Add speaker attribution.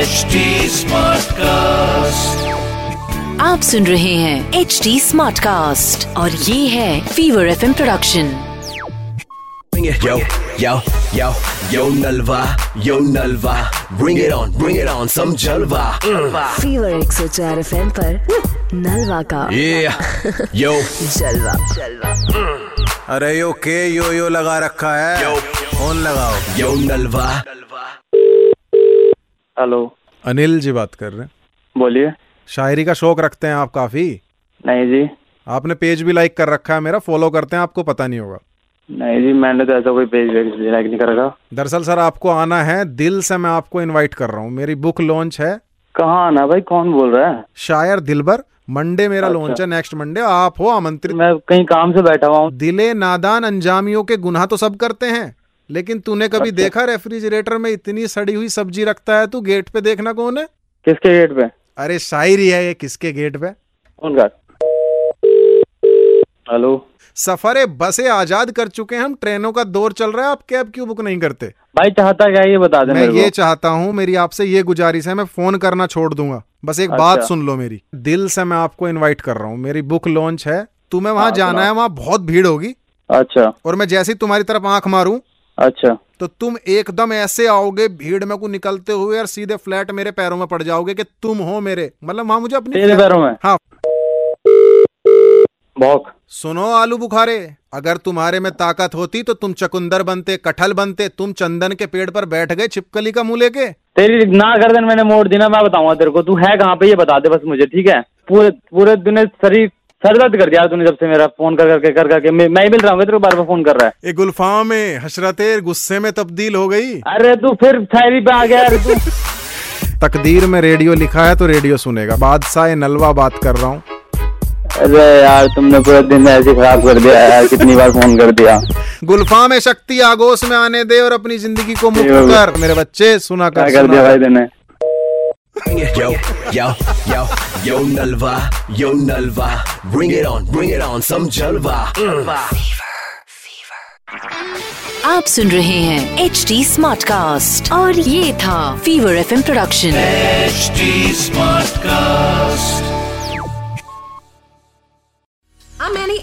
Speaker 1: HD Smartcast.
Speaker 2: आप सुन रहे हैं एच डी स्मार्ट कास्ट और ये है Fever F production
Speaker 3: Bring it. Yo, yo, yo, yo Nalva, yo Nalva. Bring it on, bring it on, some Jalva. Mm.
Speaker 2: Fever एक सौ चार एफ एम नलवा का
Speaker 3: Yeah, yo,
Speaker 2: जलवा जलवा
Speaker 4: अरे यो के यो यो लगा रखा है फोन लगाओ
Speaker 3: yo Nalva.
Speaker 5: Hello
Speaker 4: Anil ji बात कर रहे हैं
Speaker 5: बोलिए
Speaker 4: शायरी का शौक रखते हैं आप काफी
Speaker 5: नहीं जी
Speaker 4: आपने पेज भी लाइक कर रखा है मेरा फॉलो करते हैं आपको पता नहीं होगा
Speaker 5: नहीं जी मैंने तो ऐसा कोई पेज वेज लाइक नहीं करा
Speaker 4: दरअसल सर आपको आना है दिल से मैं आपको इनवाइट कर रहा हूँ मेरी बुक लॉन्च है
Speaker 5: कहाँ आना भाई कौन बोल रहा है
Speaker 4: शायर दिलबर मंडे मेरा लॉन्च है नेक्स्ट मंडे आप हो आमंत्रित
Speaker 5: मैं कहीं काम से बैठा हुआ हूँ
Speaker 4: दिले नादान अंजामियों के गुनाह तो सब करते हैं लेकिन तूने कभी देखा रेफ्रिजरेटर में इतनी सड़ी हुई सब्जी रखता है तू गेट पे देखना कौन है
Speaker 5: किसके गेट पे
Speaker 4: अरे शायरी है ये किसके गेट पे
Speaker 5: कौन का हेलो
Speaker 4: सफरे बसे आजाद कर चुके हैं हम ट्रेनों का दौर चल रहा है आप कैब क्यों बुक नहीं करते
Speaker 5: भाई चाहता क्या है, ये बता दे
Speaker 4: मैं
Speaker 5: मेरे
Speaker 4: ये
Speaker 5: को
Speaker 4: चाहता हूँ मेरी आपसे ये गुजारिश है मैं फोन करना छोड़ दूंगा बस एक
Speaker 5: अच्छा।
Speaker 4: बात सुन लो मेरी दिल से मैं आपको इनवाइट कर रहा हूँ मेरी बुक लॉन्च है तुम्हें
Speaker 5: हाँ,
Speaker 4: वहां जाना है वहां बहुत भीड़ होगी
Speaker 5: अच्छा
Speaker 4: और मैं जैसे ही तुम्हारी तरफ आंख मारूं
Speaker 5: अच्छा
Speaker 4: तो तुम एकदम ऐसे आओगे भीड़ में को निकलते हुए और सीधे फ्लैट मेरे पैरों में पड़ जाओगे कि तुम हो मेरे मतलब वहां मुझे
Speaker 5: तेरे
Speaker 4: अपनी
Speaker 5: पैरों में
Speaker 4: हाँ
Speaker 5: भौक
Speaker 4: सुनो आलू बुखारे अगर तुम्हारे में ताकत होती तो तुम चकुंदर बनते कटहल बनते तुम चंदन के पेड़ पर बैठ गए छिपकली का मुंह लेके
Speaker 5: तेरी ना गर्दन मैंने मोड़ दी ना मैं बताऊंगा तेरे को तू है कहाँ पे ये बता दे बस मुझे ठीक है पूरे पूरे तूने शरीर सर दर्द कर दिया तूने जब से मेरा फोन कर करके कर करके मैं मैं ही मिल रहा हूँ तेरे को बार बार फोन कर रहा है
Speaker 4: ए गुल्फाम में हसरते गुस्से में तब्दील हो गई
Speaker 5: अरे तू फिर शायरी पे आ गया अरे तू
Speaker 4: तकदीर में रेडियो लिखा है तो रेडियो सुनेगा बादशाह नलवा बात कर रहा हूँ
Speaker 5: अरे यार तुमने पूरा दिन ऐसे खराब कर दिया यार कितनी बार फोन कर दिया क्या
Speaker 4: गुल्फाम ए शक्ति आगोश में आने दे और अपनी जिंदगी को मुक्त
Speaker 5: जी बाबा।
Speaker 4: कर मेरे बच्चे सुना कर,
Speaker 5: कर
Speaker 4: सुना
Speaker 5: दिया
Speaker 4: कर।
Speaker 5: भाई तूने
Speaker 3: Bring it. Yo, yo, yo, yo Nalva, yo Nalva. Bring it on, bring it on, some Jalva. Mm.
Speaker 2: आप सुन रहे हैं एच डी स्मार्ट कास्ट और ये था fever F production
Speaker 1: HD Smartcast.
Speaker 6: I'm Annie